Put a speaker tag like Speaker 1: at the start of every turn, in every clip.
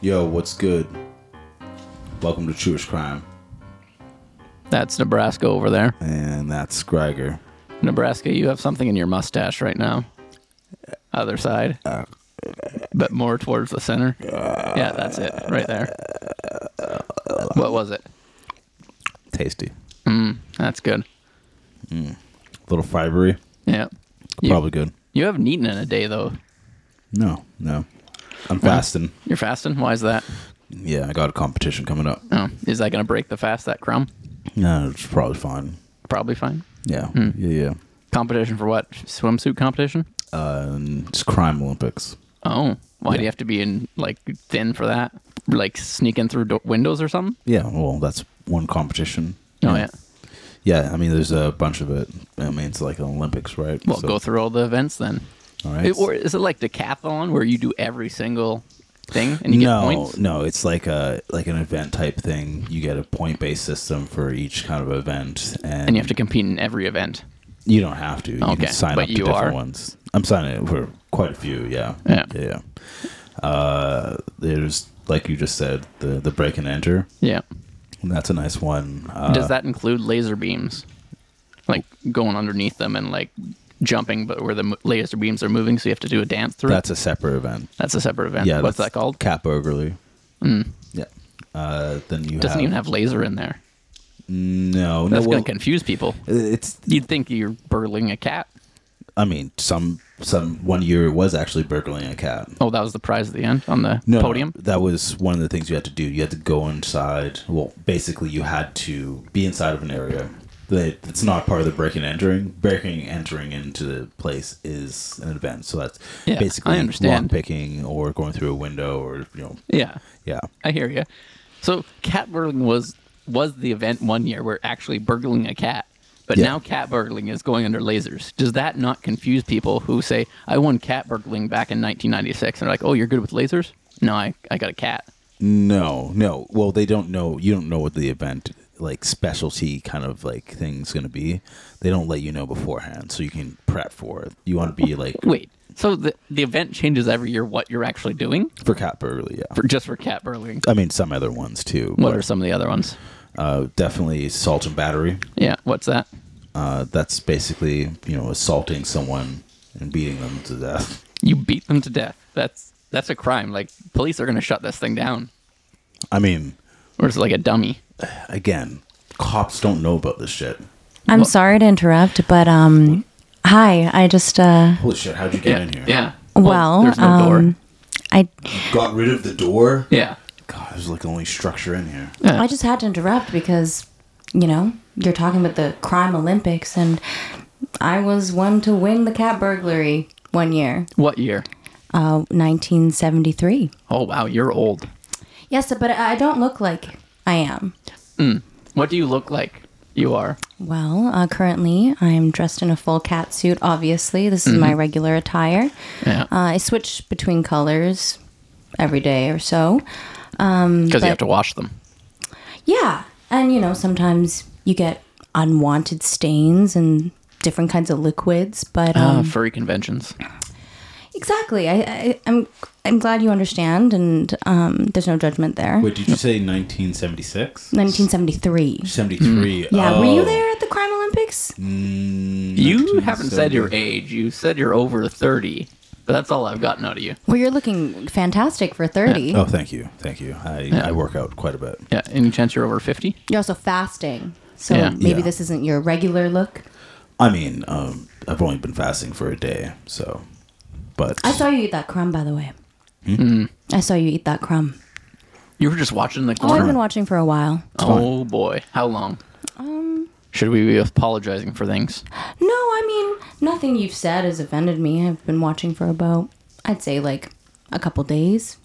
Speaker 1: Yo, what's good? Welcome to Truish Crime.
Speaker 2: That's Nebraska over there.
Speaker 1: And that's Greiger.
Speaker 2: Nebraska, you have something in your mustache right now. Other side. But more towards the center. Yeah, that's it. Right there. What was it?
Speaker 1: Tasty.
Speaker 2: That's good.
Speaker 1: little fibery.
Speaker 2: Yeah. You,
Speaker 1: Probably good.
Speaker 2: You haven't eaten in a day, though.
Speaker 1: No, no. I'm fasting.
Speaker 2: You're fasting? Why is that?
Speaker 1: Yeah, I got a competition coming up.
Speaker 2: Oh, is that going to break the fast, that crumb?
Speaker 1: No, it's probably fine.
Speaker 2: Probably fine.
Speaker 1: Yeah,
Speaker 2: Hmm.
Speaker 1: yeah, yeah.
Speaker 2: Competition for what? Swimsuit competition?
Speaker 1: Um, it's Crime Olympics.
Speaker 2: Oh, why do you have to be in, like, thin for that? Like, sneaking through do- windows or something?
Speaker 1: Yeah, well, that's one competition.
Speaker 2: Oh, yeah.
Speaker 1: Yeah, I mean, there's a bunch of it. I mean, it's like the Olympics, right?
Speaker 2: Well,
Speaker 1: So-
Speaker 2: go through all the events then.
Speaker 1: All right.
Speaker 2: It- or is it like decathlon where you do every single thing and you
Speaker 1: no,
Speaker 2: get points?
Speaker 1: no, it's like a like an event type thing. You get a point based system for each kind of event, and,
Speaker 2: And you have to compete in every event.
Speaker 1: You don't have to. You
Speaker 2: Okay,
Speaker 1: can sign
Speaker 2: but
Speaker 1: up to
Speaker 2: you
Speaker 1: different
Speaker 2: are?
Speaker 1: ones. I'm signing up for quite a few. Yeah.
Speaker 2: Yeah.
Speaker 1: Yeah. yeah. Uh, there's like you just said the the break and enter.
Speaker 2: Yeah.
Speaker 1: And that's a nice one. Uh,
Speaker 2: Does that include laser beams? Like going underneath them and like jumping, but where the mo- laser beams are moving, so you have to do a dance through
Speaker 1: that's
Speaker 2: it?
Speaker 1: a separate event.
Speaker 2: That's a separate event.
Speaker 1: Yeah.
Speaker 2: What's
Speaker 1: that's
Speaker 2: that called? Hmm.
Speaker 1: Cap Burglary. Yeah. Uh, then you
Speaker 2: Doesn't
Speaker 1: have,
Speaker 2: even have laser in there.
Speaker 1: no
Speaker 2: That's
Speaker 1: no well,
Speaker 2: going to confuse people.
Speaker 1: it's
Speaker 2: You'd think you're burgling a cat.
Speaker 1: I mean some some one year it was actually burgling a cat
Speaker 2: Oh, that was the prize at the end on the
Speaker 1: no, no,
Speaker 2: podium?
Speaker 1: that was one of the things you had to do. You had to go inside. Well, basically, you had to be inside of an area that it's not part of the breaking and entering. Breaking and entering into the place is an event. So that's
Speaker 2: Yeah,
Speaker 1: basically
Speaker 2: I understand.
Speaker 1: picking or going through a window or you know,
Speaker 2: Yeah.
Speaker 1: yeah,
Speaker 2: I hear you. So cat burgling was was the event one year where actually burgling a cat, but
Speaker 1: Yeah.
Speaker 2: now cat burgling is going under lasers. Does that not confuse people who say I won cat burgling back in 1996 and they're like, oh, you're good with lasers? No, I, I got a cat.
Speaker 1: no, no. Well, they don't know. You don't know what the event like specialty kind of like thing's going to be. They don't let you know beforehand, so you can prep for it. You want to be like
Speaker 2: Wait, so the the event changes every year what you're actually doing
Speaker 1: for cat burglary, yeah.
Speaker 2: for just for cat burgling.
Speaker 1: I mean, some other ones too.
Speaker 2: What
Speaker 1: but-
Speaker 2: are some of the other ones?
Speaker 1: Uh, definitely assault and battery.
Speaker 2: Yeah, what's that?
Speaker 1: Uh, that's basically you know assaulting someone and beating them to death.
Speaker 2: You beat them to death. That's that's a crime. Like police are gonna shut this thing down,
Speaker 1: I mean,
Speaker 2: or it's like a dummy.
Speaker 1: again, cops don't know about this shit.
Speaker 3: I'm sorry to interrupt, but um, hi. I just uh,
Speaker 1: Holy shit! How'd you get in here?
Speaker 2: Yeah.
Speaker 3: well,
Speaker 2: there's no
Speaker 3: um,
Speaker 2: door.
Speaker 3: I
Speaker 1: Got rid of the door.
Speaker 2: Yeah.
Speaker 1: God, there's like the only structure in here.
Speaker 3: I just had to interrupt because you know you're talking about the crime Olympics, and I was one to win the cat burglary one year,
Speaker 2: What year?
Speaker 3: uh, 1973.
Speaker 2: Oh wow, you're old.
Speaker 3: Yes, but I don't look like I am.
Speaker 2: What do you look like? You are.
Speaker 3: Well, uh, currently I'm dressed in a full cat suit. Obviously, this is my regular attire.
Speaker 2: Yeah.
Speaker 3: Uh, I switch between colors every day or so.
Speaker 2: Because
Speaker 3: but-
Speaker 1: Mm,
Speaker 2: you have to wash them.
Speaker 3: Yeah. And, you know, sometimes you get unwanted stains and different kinds of liquids. But
Speaker 1: Oh,
Speaker 3: um,
Speaker 1: mm.
Speaker 2: Uh, furry conventions.
Speaker 1: Ah.
Speaker 3: exactly. I, I, I'm, I'm glad you understand, and um, there's no judgment there.
Speaker 1: Wait, did you say 1976?
Speaker 3: 1973.
Speaker 2: Mm.
Speaker 1: 73.
Speaker 3: Yeah. Were
Speaker 1: Oh.
Speaker 3: you there at the Crime Olympics?
Speaker 1: mm,
Speaker 2: You haven't said your age. You said you're over thirty. But that's all I've gotten out of you.
Speaker 3: Well, you're looking fantastic for 30.
Speaker 1: Oh, thank you, thank you. I, I work out quite a bit.
Speaker 2: Yeah. Any chance you're over fifty?
Speaker 3: You're also fasting. So
Speaker 2: Yeah.
Speaker 3: maybe
Speaker 1: Yeah.
Speaker 3: this isn't your regular look.
Speaker 1: I mean, um, I've only been fasting for a day, so. But
Speaker 3: I saw you eat that crumb, by the way.
Speaker 1: Hmm.
Speaker 3: I saw you eat that crumb.
Speaker 2: You were just watching the
Speaker 3: Oh, I've
Speaker 2: corner.
Speaker 3: been watching for a while.
Speaker 2: Oh, boy, how long?
Speaker 3: Um,
Speaker 2: Should we be apologizing for things?
Speaker 3: No, I mean, nothing you've said has offended me. I've been watching for about, I'd say, like a couple days.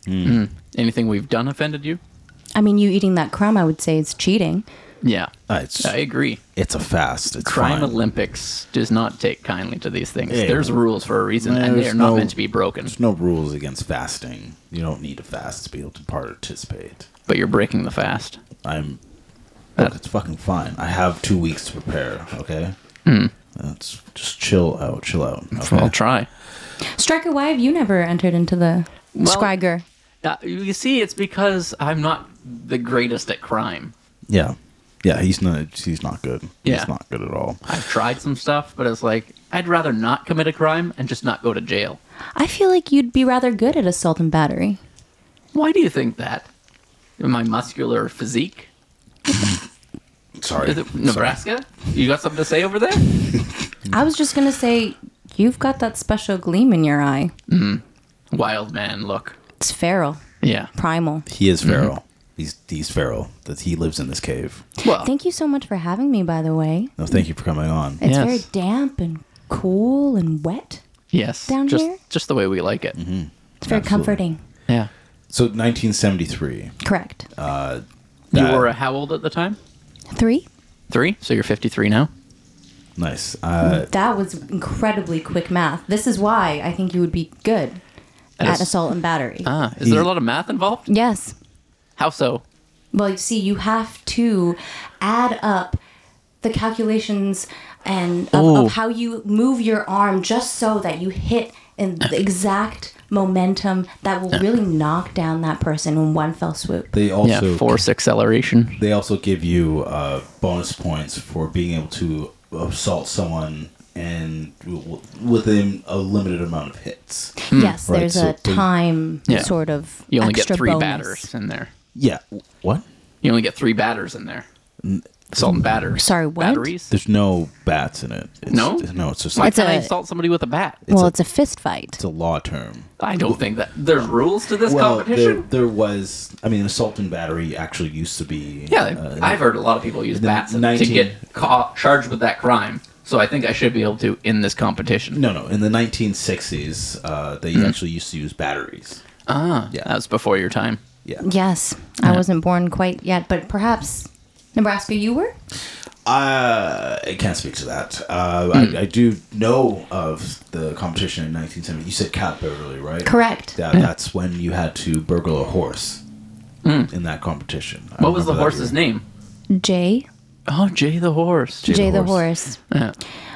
Speaker 2: Anything we've done offended you?
Speaker 3: I mean, you eating that crumb, I would say, is cheating.
Speaker 2: Yeah.
Speaker 1: Uh, it's
Speaker 2: I agree.
Speaker 1: it's a fast. It's
Speaker 2: Crime
Speaker 1: fine.
Speaker 2: Olympics does not take kindly to these things.
Speaker 1: Yeah.
Speaker 2: There's rules for a reason, and they
Speaker 1: There's
Speaker 2: are not
Speaker 1: no-
Speaker 2: meant to be broken.
Speaker 1: There's no rules against fasting. You don't need to fast to be able to participate.
Speaker 2: But you're breaking the fast.
Speaker 1: I'm. Look, it's fucking fine. I have two weeks to prepare. Okay.
Speaker 2: Hmm.
Speaker 1: That's just chill out. Chill out. Okay?
Speaker 2: I'll try.
Speaker 3: Striker, why have you never entered into the
Speaker 2: Well-
Speaker 3: Scriger?
Speaker 2: Uh, you see, it's because I'm not the greatest at crime.
Speaker 1: Yeah. Yeah, he's not he's not good.
Speaker 2: Yeah.
Speaker 1: He's not good at all.
Speaker 2: I've tried some stuff, but it's like I'd rather not commit a crime and just not go to jail.
Speaker 3: I feel like you'd be rather good at assault and battery.
Speaker 2: Why do you think that? My muscular physique?
Speaker 1: Sorry.
Speaker 2: Is it Nebraska? You got something to say over there?
Speaker 3: I was just gonna say, you've got that special gleam in your eye.
Speaker 2: Wild man, look.
Speaker 3: It's feral,
Speaker 2: Yeah.
Speaker 3: primal.
Speaker 1: He
Speaker 2: Mm-hmm.
Speaker 1: is feral. He's he's feral. That he lives in this cave.
Speaker 2: Well,
Speaker 3: Thank you so much for having me, by the way.
Speaker 1: No, thank you for coming on.
Speaker 3: It's
Speaker 2: Yes.
Speaker 3: very damp and cool and wet.
Speaker 2: yes.
Speaker 3: down
Speaker 2: just,
Speaker 3: here?
Speaker 2: just the way we like
Speaker 1: Mm-hmm.
Speaker 2: it.
Speaker 3: It's very
Speaker 1: Absolutely.
Speaker 3: comforting.
Speaker 2: Yeah.
Speaker 1: So 1973.
Speaker 3: Correct.
Speaker 2: Uh,
Speaker 1: That-
Speaker 2: You were uh, how old at the time?
Speaker 3: Three.
Speaker 2: Three. So you're 53 now.
Speaker 1: nice. Uh,
Speaker 3: That was incredibly quick math. This is why I think you would be good
Speaker 2: At
Speaker 3: at,
Speaker 2: ass-
Speaker 3: assault and battery.
Speaker 2: Ah, is there a lot of math involved?
Speaker 3: yes.
Speaker 2: How so?
Speaker 3: Well, you see, you have to add up the calculations and of,
Speaker 2: Oh.
Speaker 3: of how you move your arm just so that you hit in the exact momentum that will really knock down that person in one fell swoop.
Speaker 1: they also
Speaker 2: yeah. Force acceleration.
Speaker 1: they also give you uh, bonus points for being able to assault someone and w- w- within a limited amount of hits.
Speaker 3: Yes,
Speaker 1: Right,
Speaker 3: there's
Speaker 1: so
Speaker 3: a
Speaker 1: they-
Speaker 3: time
Speaker 2: Hmm. Yeah.
Speaker 3: sort of
Speaker 2: You only
Speaker 3: extra
Speaker 2: get three
Speaker 3: bonus.
Speaker 2: batters in there.
Speaker 1: Yeah. What?
Speaker 2: You only get three batters in there. Assault and batters.
Speaker 3: Sorry, what?
Speaker 2: Batteries?
Speaker 1: There's no bats in it. It's,
Speaker 2: No?
Speaker 1: No, it's just
Speaker 2: Why
Speaker 1: like
Speaker 3: It's
Speaker 2: can't I
Speaker 3: a-
Speaker 2: assault somebody with a bat?
Speaker 3: well, it's a fist fight.
Speaker 1: it's a law term.
Speaker 2: I don't think that there's rules to this
Speaker 1: Well, there,
Speaker 2: competition.
Speaker 1: there was. I mean, assault and battery actually used to be.
Speaker 2: Yeah,
Speaker 1: uh,
Speaker 2: I've heard a lot of people use
Speaker 1: the
Speaker 2: bats to
Speaker 1: 19
Speaker 2: get caught, charged with that crime. So I think I should be able to in this competition.
Speaker 1: no, no. In the 1960s, uh, they actually used to use batteries.
Speaker 2: Hmm. Ah,
Speaker 1: Yeah.
Speaker 2: that was before your time.
Speaker 1: Yeah.
Speaker 3: Yes, I wasn't born quite yet, but perhaps Nebraska, you were.
Speaker 1: Uh, I can't speak to that. Uh,
Speaker 2: Hmm.
Speaker 1: I, I do know of the competition in 1970. You said cat burglary, right?
Speaker 3: Correct.
Speaker 1: Yeah, that's when you had to burgle a horse in that competition. I
Speaker 2: Hmm. What was the
Speaker 1: remember that
Speaker 2: horse's
Speaker 1: year.
Speaker 2: name?
Speaker 3: Jay,
Speaker 2: Oh, Jay the horse.
Speaker 1: Jay the
Speaker 3: Jay the
Speaker 1: horse.
Speaker 3: horse.
Speaker 2: Yeah.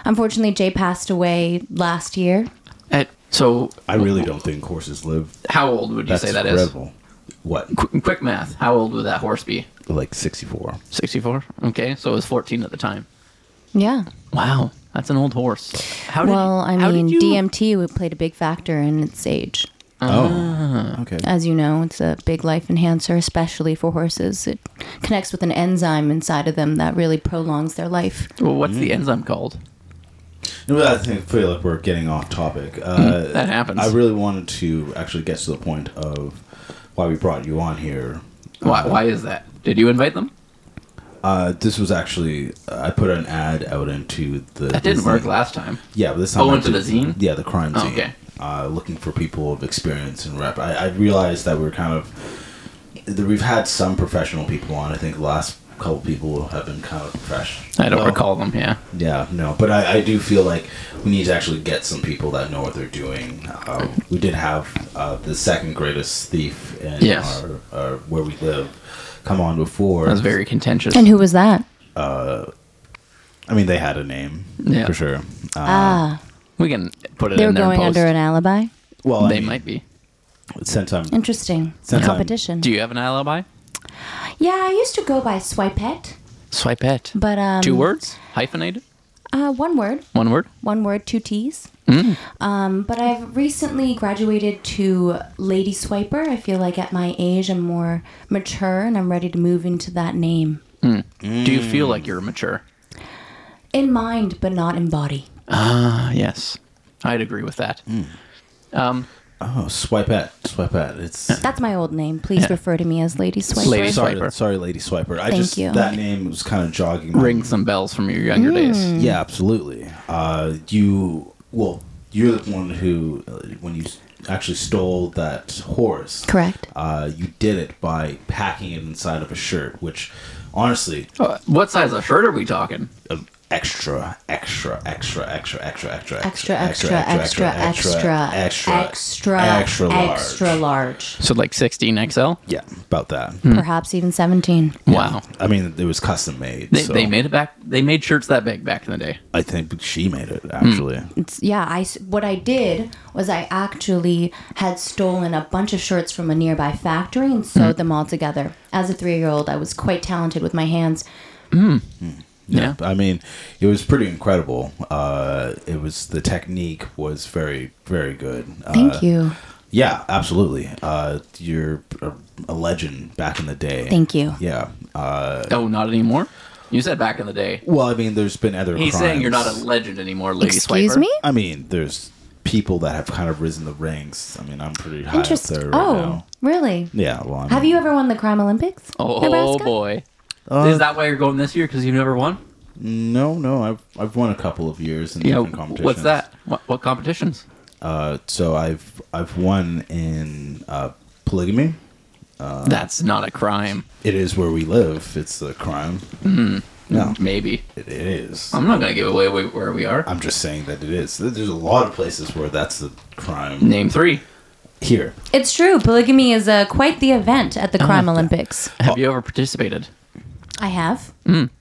Speaker 3: Unfortunately, Jay passed away last year.
Speaker 2: At, so
Speaker 1: I really don't think horses live.
Speaker 2: how old would you
Speaker 1: That's
Speaker 2: say that is?
Speaker 1: incredible. What?
Speaker 2: Qu- quick math. How old would that horse be?
Speaker 1: Like 64.
Speaker 2: 64. Okay, so it was 14 at the time.
Speaker 3: Yeah.
Speaker 2: Wow, that's an old horse. How did,
Speaker 3: Well, I
Speaker 2: how did
Speaker 3: mean,
Speaker 2: you-
Speaker 3: DMT would- played a big factor in its age.
Speaker 2: Ah.
Speaker 1: oh. Okay.
Speaker 3: As you know, it's a big life enhancer, especially for horses. It connects with an enzyme inside of them that really prolongs their life.
Speaker 2: Well, what's
Speaker 1: Mm.
Speaker 2: the enzyme called?
Speaker 1: No, I think feel like we're getting off topic. Uh,
Speaker 2: Hmm. That happens.
Speaker 1: I really wanted to actually get to the point of why we brought you on here.
Speaker 2: Why, why is that? Did you invite them?
Speaker 1: Uh, this was actually uh, I put an ad out into the.
Speaker 2: That didn't work
Speaker 1: zine.
Speaker 2: last time.
Speaker 1: Yeah, but this time
Speaker 2: Oh,
Speaker 1: I
Speaker 2: into
Speaker 1: did-
Speaker 2: the zine?
Speaker 1: Yeah, the crime
Speaker 2: Oh,
Speaker 1: zine.
Speaker 2: okay.
Speaker 1: Uh, looking for people of experience in rep. I, I realized that we are kind of that we've had some professional people on. I think the last couple people have been kind of professional.
Speaker 2: I don't recall them. Yeah.
Speaker 1: Yeah, no, but I, I do feel like we need to actually get some people that know what they're doing. Uh, we did have uh, the second greatest thief in
Speaker 2: Yes.
Speaker 1: our, our where we live come on before.
Speaker 2: That was very contentious.
Speaker 3: And who was that?
Speaker 1: I mean, they had a name
Speaker 2: Yeah.
Speaker 1: for sure. Uh,
Speaker 3: ah,
Speaker 2: we can put it
Speaker 3: they were
Speaker 2: in there. and
Speaker 3: going
Speaker 2: post.
Speaker 3: under an alibi.
Speaker 1: well,
Speaker 2: They
Speaker 1: I mean,
Speaker 2: might be.
Speaker 1: since I'm
Speaker 3: Interesting
Speaker 1: Since I'm-
Speaker 3: competition.
Speaker 2: Do you have an alibi?
Speaker 3: yeah, I used to go by Swipette,
Speaker 2: Swipette.
Speaker 3: but um,
Speaker 2: Two words? Hyphenated?
Speaker 3: Uh, one word.
Speaker 2: One word?
Speaker 3: one word, two T's. Um, but I've recently graduated to Lady Swiper. I feel like at my age, I'm more mature and I'm ready to move into that name
Speaker 2: Do you feel
Speaker 1: Mm.
Speaker 2: like you're mature?
Speaker 3: in mind, but not in body.
Speaker 2: Ah, yes. I'd agree with that.
Speaker 1: Mm.
Speaker 2: Um,
Speaker 1: Oh, swipe at, swipe at. It's
Speaker 3: That's my old name. Please refer to me as Lady Swiper.
Speaker 2: Lady-
Speaker 1: sorry,
Speaker 2: Swiper.
Speaker 1: sorry, Lady Swiper. I
Speaker 3: Thank
Speaker 1: just
Speaker 3: you.
Speaker 1: that name was kind of jogging. my-
Speaker 2: ring some bells from your
Speaker 3: Mm.
Speaker 2: younger days.
Speaker 1: Yeah, absolutely. Uh, you well, you're the one who uh, when you s- actually stole that horse.
Speaker 3: Correct.
Speaker 1: Uh, you did it by packing it inside of a shirt, which honestly,
Speaker 2: Uh, what size of shirt are we talking?
Speaker 1: a, extra, extra, extra, extra, extra, extra,
Speaker 3: Extra, extra, extra, extra,
Speaker 1: extra,
Speaker 3: extra,
Speaker 1: extra large.
Speaker 3: extra large.
Speaker 2: So like 16 XL.
Speaker 1: Yeah, about that.
Speaker 3: Perhaps even 17.
Speaker 2: Wow.
Speaker 1: I mean, it was custom made.
Speaker 2: They,
Speaker 1: so
Speaker 2: they made it back. They made shirts that big back in the day.
Speaker 1: I think she made it
Speaker 3: Hmm.
Speaker 1: actually.
Speaker 3: It's- yeah, I s- what I did was I actually had stolen a bunch of shirts from a nearby factory and sewed
Speaker 1: Hmm.
Speaker 3: them all together. As a three-year-old, I was quite talented with my hands.
Speaker 2: Yeah.
Speaker 1: I mean, it was pretty incredible. Uh, it was the technique was very, very good. Uh,
Speaker 3: Thank you,
Speaker 1: Yeah, absolutely. Uh, you're a, a legend back in the day.
Speaker 3: thank you.
Speaker 1: Yeah. Uh,
Speaker 2: Oh, not anymore. You said back in the day.
Speaker 1: well, I mean, there's been other.
Speaker 2: He's saying you're not a
Speaker 1: crimes.
Speaker 2: legend anymore, lady
Speaker 3: Excuse
Speaker 2: swiper.
Speaker 3: me.
Speaker 1: I mean, there's people that have kind of risen the ranks. I mean, I'm pretty high up
Speaker 3: Interesting.
Speaker 1: there right
Speaker 3: oh,
Speaker 1: now.
Speaker 3: really?
Speaker 1: Yeah. Well, I mean,
Speaker 3: Have you ever won the Crime Olympics?
Speaker 2: Oh
Speaker 3: Nebraska?
Speaker 2: boy.
Speaker 1: Uh,
Speaker 2: Is that why you're going this year? Because you've never won?
Speaker 1: No, no. I've I've won a couple of years in different competitions.
Speaker 2: What's that? What, what competitions?
Speaker 1: Uh, so I've I've won in uh, polygamy. Uh,
Speaker 2: That's not a crime.
Speaker 1: It is where we live. It's a crime.
Speaker 2: Mm-hmm.
Speaker 1: No,
Speaker 2: Maybe.
Speaker 1: it, it is.
Speaker 2: I'm not going to give away wh- where we are.
Speaker 1: I'm just saying that it is. There- There's a lot of places where that's the crime.
Speaker 2: Name three.
Speaker 1: Here,
Speaker 3: It's true. Polygamy is uh, quite the event at the Crime Olympics.
Speaker 1: Oh.
Speaker 2: Have you ever participated?
Speaker 3: I have.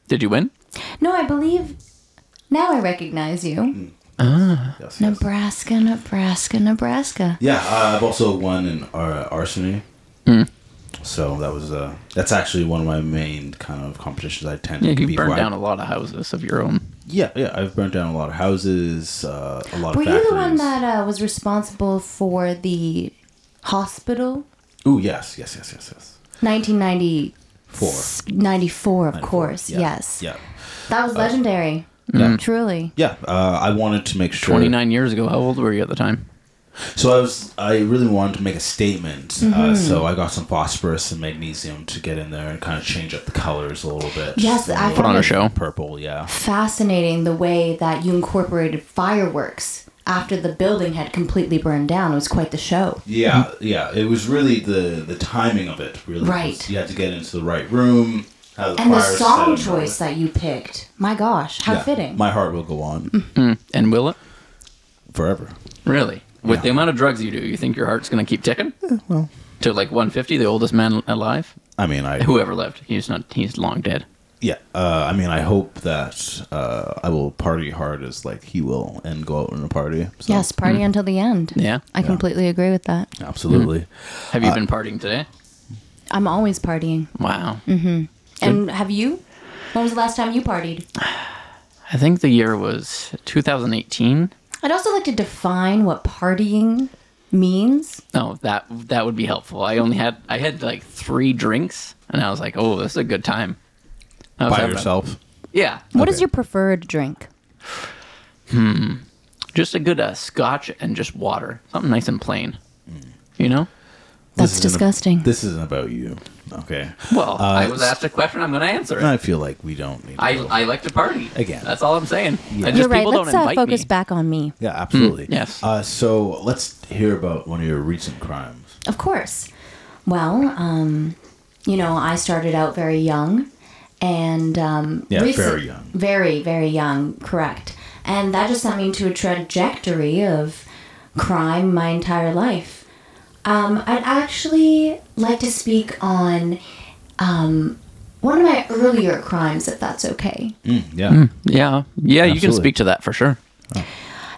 Speaker 2: Did you win?
Speaker 3: No, I believe. Now I recognize you.
Speaker 1: yes, yes.
Speaker 3: Nebraska, Nebraska, Nebraska.
Speaker 1: Yeah, uh, I've also won in ar- arsony.
Speaker 2: Mm.
Speaker 1: So that was uh, that's actually one of my main kind of competitions I tend
Speaker 2: Yeah,
Speaker 1: to
Speaker 2: you
Speaker 1: be
Speaker 2: burned
Speaker 1: where I-
Speaker 2: down a lot of houses of your own.
Speaker 1: Yeah, yeah, I've burnt down a lot of houses, uh, a lot
Speaker 3: Were
Speaker 1: of factories.
Speaker 3: you the one that uh, was responsible for the hospital?
Speaker 1: Ooh, yes, yes, yes, yes, yes.
Speaker 3: 1994,
Speaker 1: Four.
Speaker 3: 94, of course,
Speaker 1: Yeah,
Speaker 3: yes.
Speaker 1: Yeah. Uh,
Speaker 3: That was legendary.
Speaker 1: Yeah.
Speaker 3: Truly.
Speaker 1: Yeah, uh, I wanted to make sure.
Speaker 2: 29 years ago. How old were you at the time?
Speaker 1: So I was, I really wanted to make a statement.
Speaker 2: Mm-hmm.
Speaker 1: Uh, so I got some phosphorus and magnesium to get in there and kind of change up the colors a little bit.
Speaker 3: Yes,
Speaker 1: So
Speaker 3: I
Speaker 1: a
Speaker 3: Put
Speaker 2: on a
Speaker 1: little
Speaker 2: show.
Speaker 1: Purple, yeah.
Speaker 3: Fascinating the way that you incorporated fireworks after the building had completely burned down. It was quite the show.
Speaker 1: Yeah,
Speaker 3: Mm-hmm.
Speaker 1: yeah. It was really the the timing of it. Really,
Speaker 3: Right.
Speaker 1: was- You had to get into the right room. Have the
Speaker 3: And the
Speaker 1: fire
Speaker 3: song
Speaker 1: set up.
Speaker 3: choice that you picked. My gosh, how
Speaker 1: Yeah,
Speaker 3: fitting. Mm.
Speaker 1: My heart will go on
Speaker 2: And will it?
Speaker 1: forever.
Speaker 2: Really? With
Speaker 1: Yeah. Eh,
Speaker 2: the amount of drugs you do, you think your heart's going to keep ticking? well. To like 150, the oldest man alive?
Speaker 1: I mean, I
Speaker 2: Whoever lived. He's not. He's long dead.
Speaker 1: yeah. Uh, I mean, I hope that uh, I will party hard as like he will and go out on a party. So,
Speaker 3: yes, party until the end.
Speaker 2: Yeah.
Speaker 3: I completely agree with that.
Speaker 2: Mm-hmm.
Speaker 1: absolutely.
Speaker 2: Have
Speaker 1: Uh,
Speaker 2: you been partying today? Hmm.
Speaker 3: I'm always partying.
Speaker 2: Wow.
Speaker 3: And have you? When was the last time you partied?
Speaker 2: I think the year was 2018.
Speaker 3: I'd also like to define what partying means.
Speaker 2: Oh, that that would be helpful. I only had I had like three drinks, and I was like, "Oh, this is a good time." I was
Speaker 1: By
Speaker 2: having-
Speaker 1: yourself.
Speaker 2: Yeah,
Speaker 3: What is
Speaker 1: Okay.
Speaker 3: your preferred drink?
Speaker 2: just a good uh, scotch and just water, something nice and plain.
Speaker 1: Hmm.
Speaker 2: You know.
Speaker 1: This
Speaker 3: That's
Speaker 1: isn't a-
Speaker 3: disgusting.
Speaker 1: this isn't about you. Okay. Uh,
Speaker 2: Well, I was
Speaker 1: s-
Speaker 2: asked a question. I'm going to answer it.
Speaker 1: I feel like we don't need. to
Speaker 2: I,
Speaker 1: go-
Speaker 2: I like to party
Speaker 1: Again.
Speaker 2: That's all I'm saying. And just
Speaker 3: You're right.
Speaker 2: people
Speaker 3: Let's
Speaker 2: don't
Speaker 3: uh,
Speaker 2: invite
Speaker 3: focus
Speaker 2: me.
Speaker 3: back on me.
Speaker 1: yeah, absolutely.
Speaker 2: Hmm, yes.
Speaker 1: Uh, so let's hear about one of your recent crimes.
Speaker 3: Of course. Well, um, you know, I started out very young, and um,
Speaker 1: Yeah, very young.
Speaker 3: very very young, correct. And that just sent me into a trajectory of crime my entire life. Um, I'd actually like to speak on um, one of my earlier crimes, if that's okay.
Speaker 1: Mm, yeah.
Speaker 3: Oh,
Speaker 2: Yeah, yeah, you can
Speaker 1: Absolutely.
Speaker 2: speak to that for sure.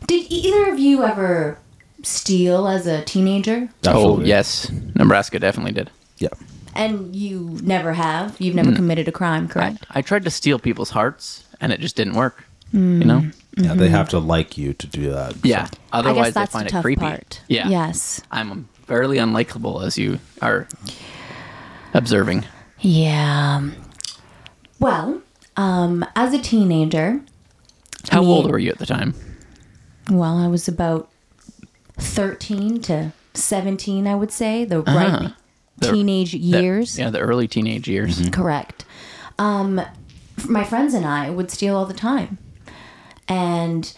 Speaker 3: Did either of you ever steal as a teenager?
Speaker 2: Oh
Speaker 1: Absolutely.
Speaker 2: yes, Nebraska definitely did.
Speaker 1: Yeah.
Speaker 3: And you never have. You've never committed a crime, correct?
Speaker 2: Hmm. I tried to steal people's hearts, and it just didn't work. You know.
Speaker 1: Yeah.
Speaker 3: Mm-hmm.
Speaker 1: They have to like you to do that.
Speaker 2: Yeah. Otherwise,
Speaker 3: Hmm. I guess
Speaker 2: they
Speaker 3: that's
Speaker 2: find
Speaker 3: the
Speaker 2: it
Speaker 3: tough
Speaker 2: creepy.
Speaker 3: part.
Speaker 2: Yeah.
Speaker 3: Yes.
Speaker 2: I'm fairly unlikable, as you are observing.
Speaker 3: Yeah. Well, um, as a teenager,
Speaker 2: How
Speaker 3: Me-
Speaker 2: old were you at the time?
Speaker 3: well, I was about thirteen to seventeen, I would say, the ripe
Speaker 2: Uh-huh. The-
Speaker 3: teenage
Speaker 2: The-
Speaker 3: years.
Speaker 2: yeah, the early teenage years.
Speaker 3: Correct. Um, f- my friends and I would steal all the time. And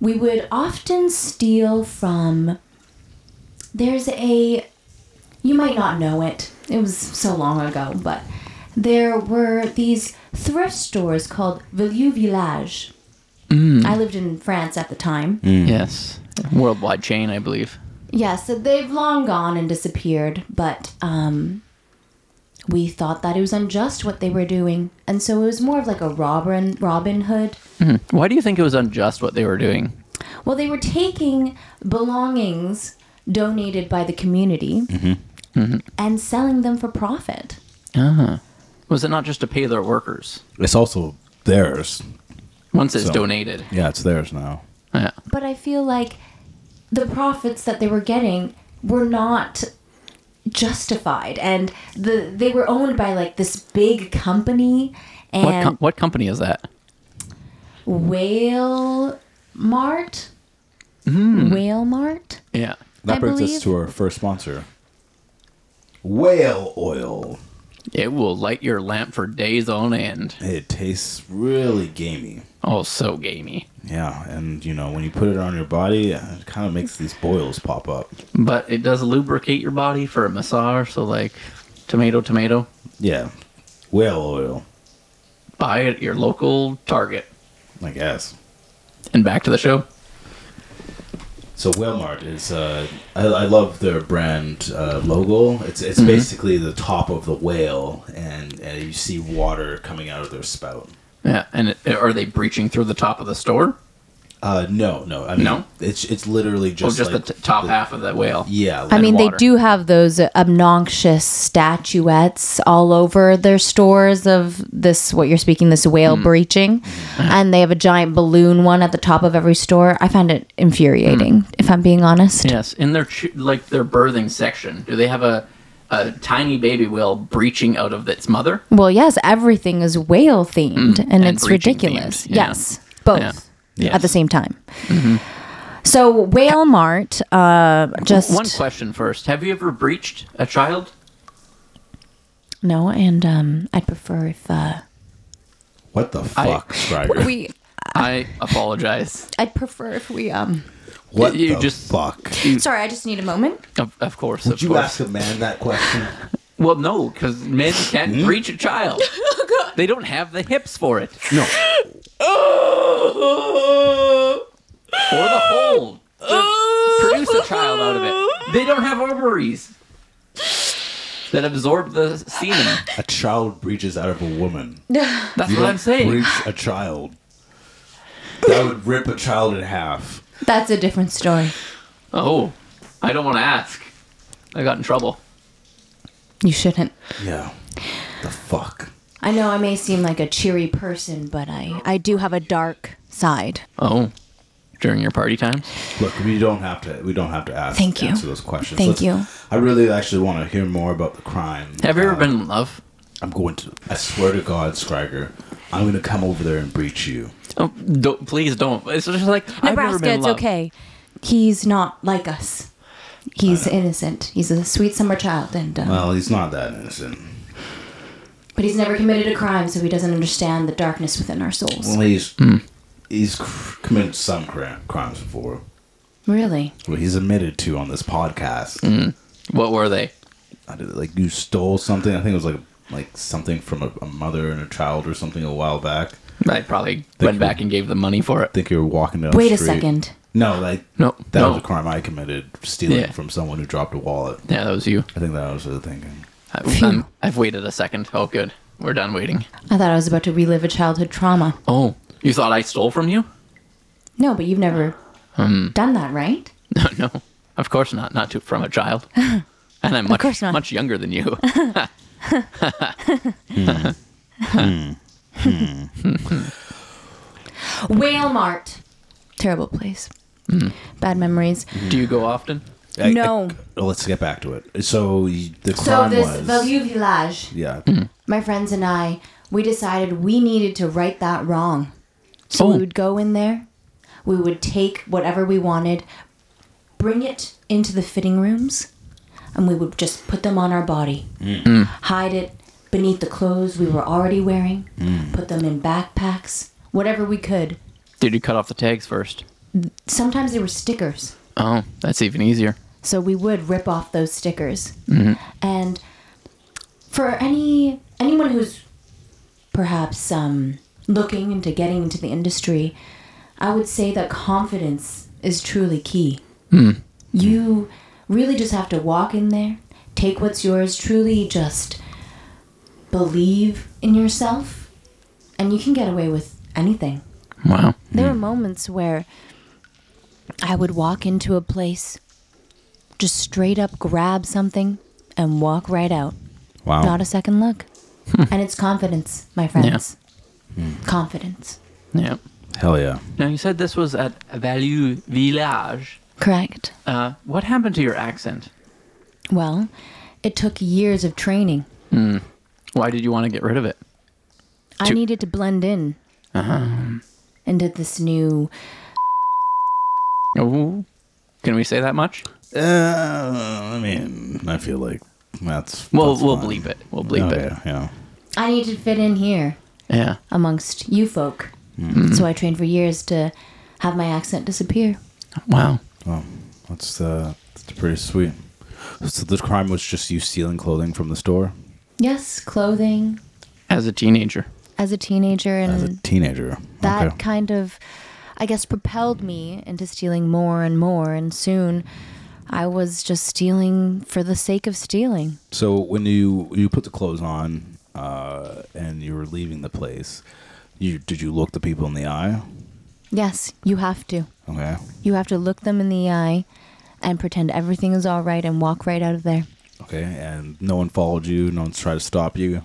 Speaker 3: we would often steal from. There's a. You might not know it. It was so long ago, but there were these thrift stores called Villieu Village. I lived in France at the time.
Speaker 2: Yes. Worldwide chain, I believe.
Speaker 3: Yeah, so they've long gone and disappeared, but um, we thought that it was unjust what they were doing. And so it was more of like a Robin, Robin Hood.
Speaker 2: Why do you think it was unjust what they were doing?
Speaker 3: Well, they were taking belongings donated by the community
Speaker 2: Mm-hmm.
Speaker 3: and selling them for profit.
Speaker 2: Was it not just to pay their workers
Speaker 1: It's also theirs.
Speaker 2: once it's
Speaker 1: So-
Speaker 2: donated?
Speaker 1: Yeah, it's theirs now.
Speaker 2: Yeah.
Speaker 3: But I feel like the profits that they were getting were not justified and the they were owned by like this big company and
Speaker 2: What com- what company is that?
Speaker 3: Whale Mart.
Speaker 2: Hmm.
Speaker 3: Whale Mart.
Speaker 2: Yeah.
Speaker 1: That
Speaker 3: I
Speaker 1: brings
Speaker 3: believe-
Speaker 1: us to our first sponsor, Whale Oil.
Speaker 2: It will light your lamp for days on end.
Speaker 1: It tastes really gamey.
Speaker 2: Oh, so gamey.
Speaker 1: Yeah, and you know when you put it on your body, it kind of makes these boils pop up.
Speaker 2: But it does lubricate your body for a massage. So, like, tomato, tomato.
Speaker 1: Yeah, whale oil,
Speaker 2: Buy it at your local Target.
Speaker 1: I guess.
Speaker 2: And back to the show.
Speaker 1: So Whalemart is, uh, I, I love their brand uh, logo. It's
Speaker 2: Mm-hmm.
Speaker 1: it's basically the top of the whale, and, and you see water coming out of their spout.
Speaker 2: Yeah. And it, are they breaching through the top of the store?
Speaker 1: Uh, no, no, I mean,
Speaker 2: No?
Speaker 1: it's it's literally
Speaker 2: Or
Speaker 1: just
Speaker 2: just
Speaker 1: like
Speaker 2: the t- top half of the whale?
Speaker 1: yeah,
Speaker 3: I
Speaker 1: like-
Speaker 2: mean,
Speaker 3: mean,
Speaker 2: they
Speaker 3: they
Speaker 2: water. do
Speaker 3: do have those obnoxious statuettes all over their stores of this, what you're speaking, this whale
Speaker 2: Hmm.
Speaker 3: breaching. And they have a giant balloon one at the top of every store. I find it infuriating,
Speaker 2: Hmm.
Speaker 3: if I'm being honest.
Speaker 2: Yes, in their chu- like their birthing section, do they have a a tiny baby whale breaching out of its mother?
Speaker 3: Well, yes, everything is whale themed and, it's
Speaker 2: Hmm. breaching
Speaker 3: ridiculous.
Speaker 2: themed, yeah.
Speaker 3: Yes, both
Speaker 2: Yeah. Mm-hmm.
Speaker 1: Yes.
Speaker 3: at the same time. So, Whale Mart, uh, just.
Speaker 2: One question first: Have you ever breached a child?
Speaker 3: No, and um, I'd prefer if. Uh,
Speaker 1: what the fuck, Strider?
Speaker 3: we.
Speaker 2: I apologize.
Speaker 3: I'd prefer if we. um.
Speaker 1: What
Speaker 2: you
Speaker 1: the
Speaker 2: just-
Speaker 1: fuck?
Speaker 2: Mm.
Speaker 3: Sorry, I just need a moment.
Speaker 2: Of, of course, of
Speaker 1: Would you
Speaker 2: course.
Speaker 1: ask a man that question?
Speaker 2: well, no, because men
Speaker 1: Hmm?
Speaker 2: can't breach a child.
Speaker 3: Oh,
Speaker 2: They don't have the hips for it
Speaker 1: no,
Speaker 2: or the hole to produce a child out of it. They don't have ovaries that absorb the semen.
Speaker 1: a child breaches out of a woman.
Speaker 2: That's what I'm saying.
Speaker 1: Breach a child. That would rip a child in half.
Speaker 3: That's a different story.
Speaker 2: Oh, I don't want to ask. I got in trouble.
Speaker 3: You shouldn't.
Speaker 1: Yeah. The fuck.
Speaker 3: I know I may seem like a cheery person, but I, I do have a dark side.
Speaker 2: Oh, during your party times?
Speaker 1: Look, we don't have to. We don't have to ask.
Speaker 3: Thank you.
Speaker 1: Answer those questions.
Speaker 3: Thank you.
Speaker 1: I really actually want to hear more about the crime.
Speaker 2: Have you ever
Speaker 1: Uh,
Speaker 2: been in love?
Speaker 1: I'm going to. I swear to God, Scragger, I'm going to come over there and breach you.
Speaker 2: Oh, don't, please don't. It's just like I've never
Speaker 3: Nebraska,
Speaker 2: been in
Speaker 3: it's
Speaker 2: love.
Speaker 3: okay. He's not like us. He's innocent. He's a sweet summer child, and uh,
Speaker 1: Well, he's not that innocent.
Speaker 3: but he's never committed a crime, so he doesn't understand the darkness within our souls.
Speaker 1: Well, he's
Speaker 2: Hmm.
Speaker 1: he's cr- committed some cri- crimes before.
Speaker 3: really?
Speaker 1: Well, he's admitted to on this podcast.
Speaker 2: Hmm. What were they?
Speaker 1: I did- like you stole something. I think it was like like something from a, a mother and a child or something a while back. I
Speaker 2: I probably went
Speaker 1: you.
Speaker 2: back and gave them money for it.
Speaker 1: think you were walking down.
Speaker 3: Wait
Speaker 1: the
Speaker 3: a
Speaker 1: street.
Speaker 3: second.
Speaker 1: No, like
Speaker 2: No,
Speaker 1: that
Speaker 2: no.
Speaker 1: was a crime I committed, stealing
Speaker 2: Yeah.
Speaker 1: from someone who dropped a wallet.
Speaker 2: Yeah, that was you.
Speaker 1: I think that was the thinking.
Speaker 2: I,
Speaker 3: Phew.
Speaker 2: I'm, I've waited a second. Oh, good. We're done waiting.
Speaker 3: I thought I was about to relive a childhood trauma.
Speaker 2: Oh, you thought I stole from you?
Speaker 3: No, but you've never
Speaker 2: Hmm.
Speaker 3: done that, right?
Speaker 2: No, no. Of course not. Not to, from a child. And I'm much,
Speaker 3: course not.
Speaker 2: much younger than you.
Speaker 3: Whale Mart. Terrible place.
Speaker 1: Mm.
Speaker 3: Bad memories.
Speaker 2: Do you go often?
Speaker 1: I- I-
Speaker 3: No.
Speaker 1: let's get back to it. So y- the
Speaker 3: So
Speaker 1: crime
Speaker 3: this
Speaker 1: was
Speaker 3: Bellevue Village.
Speaker 1: yeah.
Speaker 2: Hmm.
Speaker 3: my friends and I, we decided we needed to right that wrong. So
Speaker 2: Oh.
Speaker 3: we would go in there, we would take whatever we wanted, bring it into the fitting rooms, and we would just put them on our body,
Speaker 1: Mm.
Speaker 3: Mm. hide it beneath the clothes we were already wearing,
Speaker 1: Mm.
Speaker 3: put them in backpacks, whatever we could.
Speaker 2: Did you cut off the tags first?
Speaker 3: Sometimes they were stickers.
Speaker 2: Oh, that's even easier.
Speaker 3: So we would rip off those stickers. And for any anyone who's perhaps um, looking into getting into the industry, I would say that confidence is truly key. You really just have to walk in there, take what's yours, truly just believe in yourself, and you can get away with anything.
Speaker 2: Wow.
Speaker 3: There were moments where I would walk into a place, just straight up grab something, and walk right out.
Speaker 1: Wow.
Speaker 3: Not a second look. and it's confidence, my friends. Confidence.
Speaker 2: Yeah.
Speaker 1: Hell yeah.
Speaker 2: Now you said this was at Value Village.
Speaker 3: Correct.
Speaker 2: Uh, what happened to your accent?
Speaker 3: Well, it took years of training.
Speaker 2: Why did you want to get rid of it?
Speaker 3: I
Speaker 2: To-
Speaker 3: needed to blend in into this new.
Speaker 2: Oh, can we say that much?
Speaker 1: Uh, I mean, I feel like that's.
Speaker 2: We'll
Speaker 1: that's
Speaker 2: we'll
Speaker 1: fine.
Speaker 2: bleep it. We'll bleep it.
Speaker 1: Okay, yeah.
Speaker 3: I needed to fit in here
Speaker 2: Yeah.
Speaker 3: amongst you folk. So I trained for years to have my accent disappear.
Speaker 2: Wow.
Speaker 1: Well, that's uh, that's pretty sweet. So the crime was just you stealing clothing from the store
Speaker 3: Yes, clothing
Speaker 2: As a teenager.
Speaker 3: as a teenager
Speaker 1: as a
Speaker 3: and
Speaker 1: teenager.
Speaker 3: that
Speaker 1: okay.
Speaker 3: kind of i guess propelled me into stealing more and more and soon i was just stealing for the sake of stealing
Speaker 1: So when you you put the clothes on uh, and you were leaving the place, you did you look the people in the eye?
Speaker 3: yes you have to
Speaker 1: Okay.
Speaker 3: you have to look them in the eye and pretend everything is all right and walk right out of there
Speaker 1: Okay, and no one followed you. No one's tried to stop you.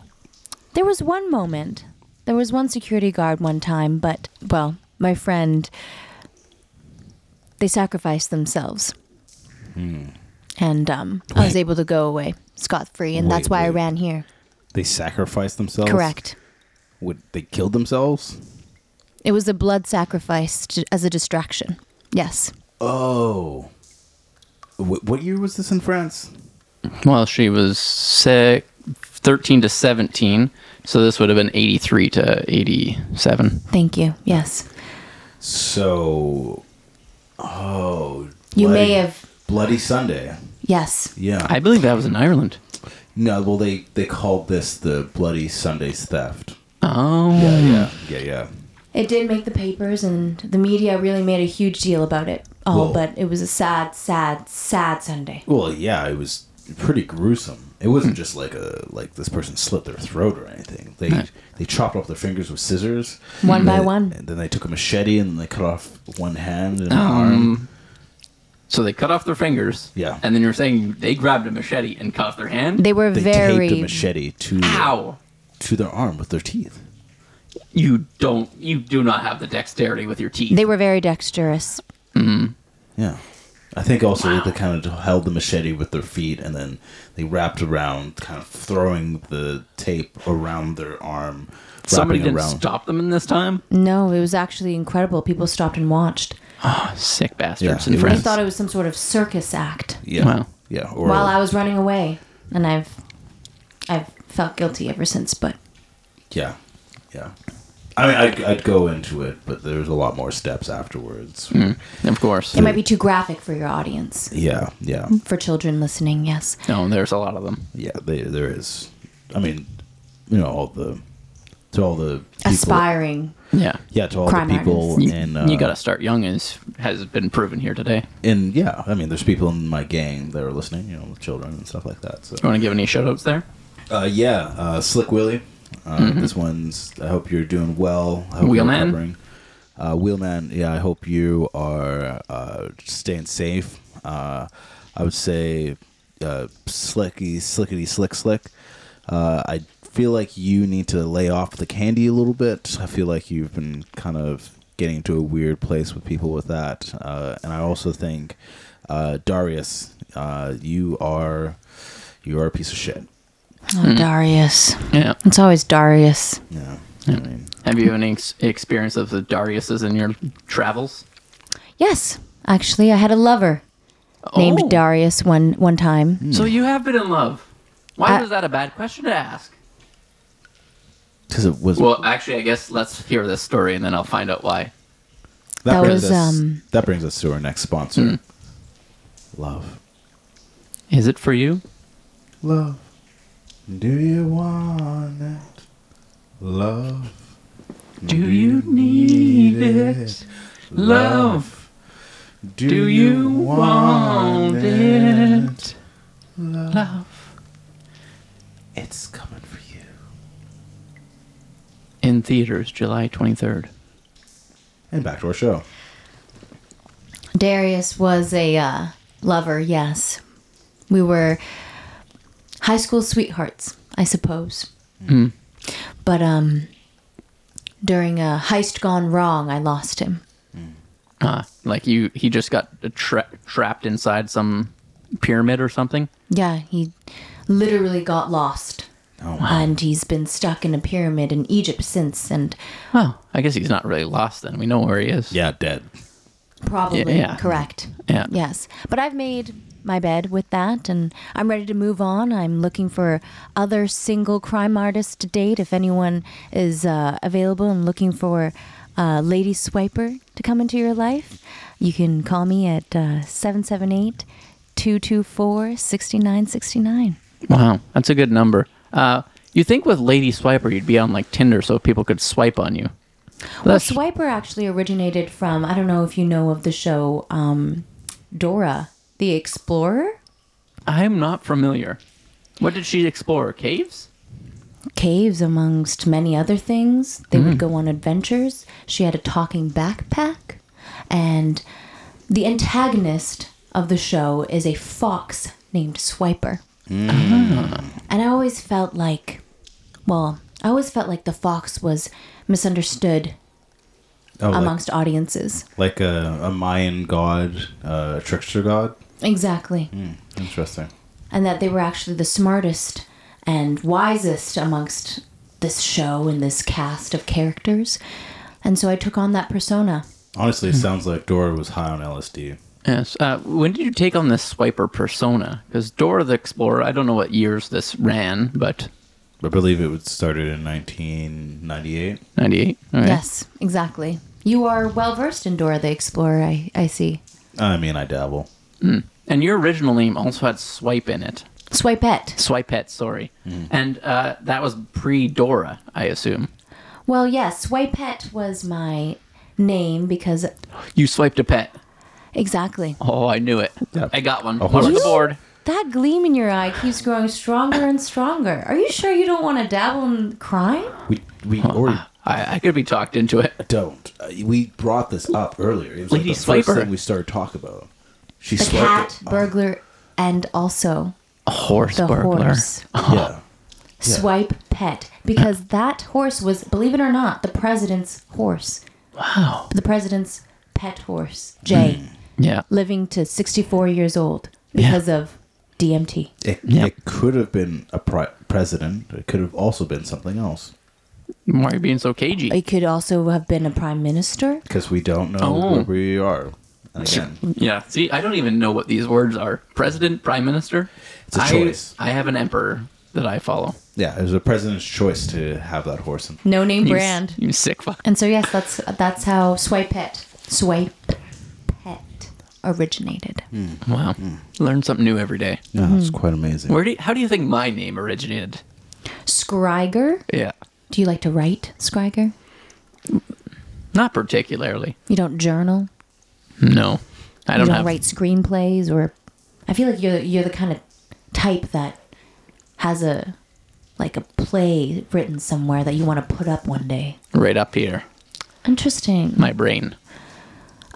Speaker 3: There was one moment. There was one security guard one time, but, well, my friend, they sacrificed themselves.
Speaker 1: Hmm.
Speaker 3: And um, I was able to go away scot free, and that's
Speaker 1: Wait,
Speaker 3: why I
Speaker 1: wait.
Speaker 3: ran here.
Speaker 1: They sacrificed themselves.
Speaker 3: Correct.
Speaker 1: Would they killed themselves?
Speaker 3: It was a blood sacrifice to, as a distraction. Yes.
Speaker 1: Oh. Wh- what year was this in France?
Speaker 2: Well, she was sick, 13 to 17. So this would have been 83 to 87.
Speaker 3: Thank you. Yes.
Speaker 1: So, oh,
Speaker 3: You may
Speaker 1: Bloody-
Speaker 3: have-
Speaker 1: Bloody Sunday.
Speaker 3: Yes.
Speaker 1: Yeah.
Speaker 2: I believe that was in Ireland.
Speaker 1: no, well, they they called this the Bloody Sunday's theft.
Speaker 3: Mm.
Speaker 2: Oh.
Speaker 1: Yeah, yeah, yeah, yeah.
Speaker 3: It did make the papers, and the media really made a huge deal about it all,
Speaker 1: Whoa.
Speaker 3: but it was a sad, sad, sad Sunday.
Speaker 1: Well, yeah, it was pretty gruesome. It wasn't just like a like this person slit their throat or anything. They they chopped off their fingers with scissors,
Speaker 3: One by
Speaker 1: and-
Speaker 3: one.
Speaker 1: and then they took a machete and they cut off one hand and an arm.
Speaker 2: Um, so they cut off their fingers.
Speaker 1: Yeah.
Speaker 2: And then you're saying they grabbed a machete and cut off their hand?
Speaker 3: They were
Speaker 1: They
Speaker 3: very.
Speaker 1: taped a machete to
Speaker 2: Ow!
Speaker 1: to their arm with their teeth.
Speaker 2: You don't, you do not have the dexterity with your teeth.
Speaker 3: They were very dexterous.
Speaker 1: Yeah. I think also they kind of held the machete with their feet and then they wrapped around, kind of throwing the tape around their arm.
Speaker 2: Somebody
Speaker 1: wrapping
Speaker 2: didn't stop them in this time?
Speaker 3: No, it was actually incredible. People stopped and watched.
Speaker 2: Ah, Sick bastards
Speaker 1: Yeah,
Speaker 2: in
Speaker 1: it
Speaker 3: I
Speaker 1: Yes.
Speaker 2: France.
Speaker 1: was-
Speaker 3: thought it was some sort of circus act
Speaker 1: Yeah.
Speaker 2: Wow.
Speaker 1: Yeah. Or,
Speaker 3: while I was running away, and I've I've felt guilty ever since. But
Speaker 1: Yeah. Yeah. I mean, I'd, I'd go into it, but there's a lot more steps afterwards.
Speaker 2: Of course.
Speaker 3: it might be too graphic for your audience,
Speaker 1: Yeah. Yeah.
Speaker 3: for children listening. Yes,
Speaker 2: No, there's a lot of them.
Speaker 1: Yeah. They, there is. I mean, you know, all the. To all the. People,
Speaker 3: aspiring.
Speaker 2: Yeah.
Speaker 1: Yeah, to all
Speaker 3: crime
Speaker 1: the people
Speaker 2: You,
Speaker 1: in. Uh,
Speaker 2: you gotta start young, as has been proven here today.
Speaker 1: And yeah, I mean, there's people in my gang that are listening, you know, with children and stuff like that. So.
Speaker 2: You wanna give any shout outs there?
Speaker 1: Uh, yeah, uh, Slick Willie. Uh, This one's. I hope you're doing well. I hope
Speaker 2: Wheelman?
Speaker 1: You're recovering. uh, Wheelman. Yeah, I hope you are uh, staying safe. Uh, I would say, uh, Slicky, Slickety, Slick, Slick. Uh, I feel like you need to lay off the candy a little bit. I feel like you've been kind of getting into a weird place with people with that. Uh, and I also think, uh, Darius, uh, you are, you are a piece of shit. Hmm.
Speaker 3: Oh, Darius.
Speaker 2: Yeah.
Speaker 3: It's always Darius.
Speaker 1: Yeah. I mean,
Speaker 2: Have you any ex- experience of the Dariuses in your travels?
Speaker 3: Yes, actually, I had a lover
Speaker 2: Oh,
Speaker 3: named Darius one one time.
Speaker 2: So you have been in love. Why
Speaker 3: I-
Speaker 2: was that a bad question to ask?
Speaker 1: because it was
Speaker 2: Well, actually, I guess let's hear this story and then I'll find out why.
Speaker 1: that,
Speaker 3: that
Speaker 1: brings
Speaker 3: was,
Speaker 1: us,
Speaker 3: um,
Speaker 1: that brings us to our next sponsor.
Speaker 2: Mm.
Speaker 1: Love,
Speaker 2: Is it for you?
Speaker 1: love. Do you want it? Love,
Speaker 2: Do you need it? Love,
Speaker 1: Do,
Speaker 2: do you want it? Love.
Speaker 1: It's coming for you.
Speaker 2: In theaters, July 23rd.
Speaker 1: And back to our show.
Speaker 3: Darius was a uh, lover, yes. We were high school sweethearts, I suppose. But um, during a heist gone wrong, I lost him.
Speaker 2: Uh, like you, he just got tra- trapped inside some pyramid or something.
Speaker 3: Yeah, he literally got lost.
Speaker 1: Oh,
Speaker 3: And he's been stuck in a pyramid in Egypt since, and
Speaker 2: Oh, I guess he's not really lost then. We know where he is.
Speaker 1: Yeah, dead.
Speaker 3: probably
Speaker 2: Yeah.
Speaker 3: correct.
Speaker 2: Yeah.
Speaker 3: Yes. But I've made my bed with that and I'm ready to move on. I'm looking for other single crime artists to date if anyone is uh, available and looking for a lady swiper to come into your life. You can call me at uh, 778 224 6969.
Speaker 2: Wow, that's a good number. Uh, you think with Lady Swiper, you'd be on like Tinder so people could swipe on you.
Speaker 3: Well,
Speaker 2: That's-
Speaker 3: Swiper actually originated from, I don't know if you know of the show um, Dora the Explorer?
Speaker 2: I'm not familiar. What did she explore? Caves?
Speaker 3: caves amongst many other things. They would go on adventures. She had a talking backpack and the antagonist of the show is a fox named Swiper. And I always felt like well, I always felt like the fox was misunderstood
Speaker 1: Oh, like,
Speaker 3: amongst audiences.
Speaker 1: like a, a Mayan god, uh, trickster god.
Speaker 3: Exactly.
Speaker 1: Interesting.
Speaker 3: and that they were actually the smartest and wisest amongst this show and this cast of characters. And so I took on that persona.
Speaker 1: Honestly, it sounds like Dora was high on LSD.
Speaker 2: Yes. Uh, when did you take on this Swiper persona? Because Dora the Explorer, I don't know what years this ran, but
Speaker 1: I believe it was started in 1998.
Speaker 2: 98. All right.
Speaker 3: Yes, exactly. You are well versed in Dora the Explorer, I, I see.
Speaker 1: I mean, I dabble.
Speaker 2: And your original name also had swipe in it.
Speaker 3: Swipette.
Speaker 2: Swipette, sorry. And uh, that was pre Dora, I assume.
Speaker 3: Well, yes, Swipette was my name because.
Speaker 2: You swiped a pet.
Speaker 3: Exactly.
Speaker 2: Oh, I knew it.
Speaker 1: Yep.
Speaker 2: I got one.
Speaker 1: A
Speaker 2: Over the
Speaker 1: horse.
Speaker 2: board.
Speaker 3: That gleam in your eye keeps growing stronger and stronger. Are you sure you don't want to dabble in crime?
Speaker 1: We we already
Speaker 2: I, I could be talked into it.
Speaker 1: don't. Uh, we brought this up earlier. It was
Speaker 2: Lady
Speaker 1: like the first
Speaker 2: Swiper.
Speaker 1: thing we started talking about. She
Speaker 3: The cat,
Speaker 1: swiped it.
Speaker 3: burglar, and also
Speaker 2: A horse
Speaker 3: the
Speaker 2: burglar.
Speaker 3: horse.
Speaker 1: Yeah.
Speaker 2: Oh.
Speaker 1: Yeah.
Speaker 3: swipe pet because that horse was believe it or not the president's horse
Speaker 2: Wow.
Speaker 3: the president's pet horse jay
Speaker 2: Yeah.
Speaker 3: living to 64 years old because of dmt
Speaker 1: It,
Speaker 2: Yeah.
Speaker 1: it could have been a pri- president. It could have also been something else
Speaker 2: Why are you being so cagey?
Speaker 3: it could also have been a prime minister
Speaker 1: because we don't know
Speaker 2: Oh.
Speaker 1: where we are. And again,
Speaker 2: Yeah. See, I don't even know what these words are. President, prime minister.
Speaker 1: It's a
Speaker 2: I-
Speaker 1: choice.
Speaker 2: I have an emperor that I follow.
Speaker 1: yeah, it was a president's choice to have that horse. In.
Speaker 3: no name
Speaker 2: You s-
Speaker 3: brand
Speaker 2: You, sick fuck.
Speaker 3: and so yes that's that's how swipe pet swipe pet originated
Speaker 2: Hmm.
Speaker 1: Hmm.
Speaker 2: Wow. Learn something new every day.
Speaker 1: No,
Speaker 3: Hmm.
Speaker 1: that's quite amazing.
Speaker 2: Where do you, how do you think my name originated?
Speaker 3: Scryger.
Speaker 2: Yeah.
Speaker 3: do you like to write Scryger?
Speaker 2: Not particularly.
Speaker 3: you don't journal
Speaker 2: No. I
Speaker 3: you
Speaker 2: don't
Speaker 3: don't
Speaker 2: have
Speaker 3: write screenplays or I feel like you're you're the kind of type that has a like a play written somewhere that you want to put up one day.
Speaker 2: right up here.
Speaker 3: Interesting.
Speaker 2: My brain.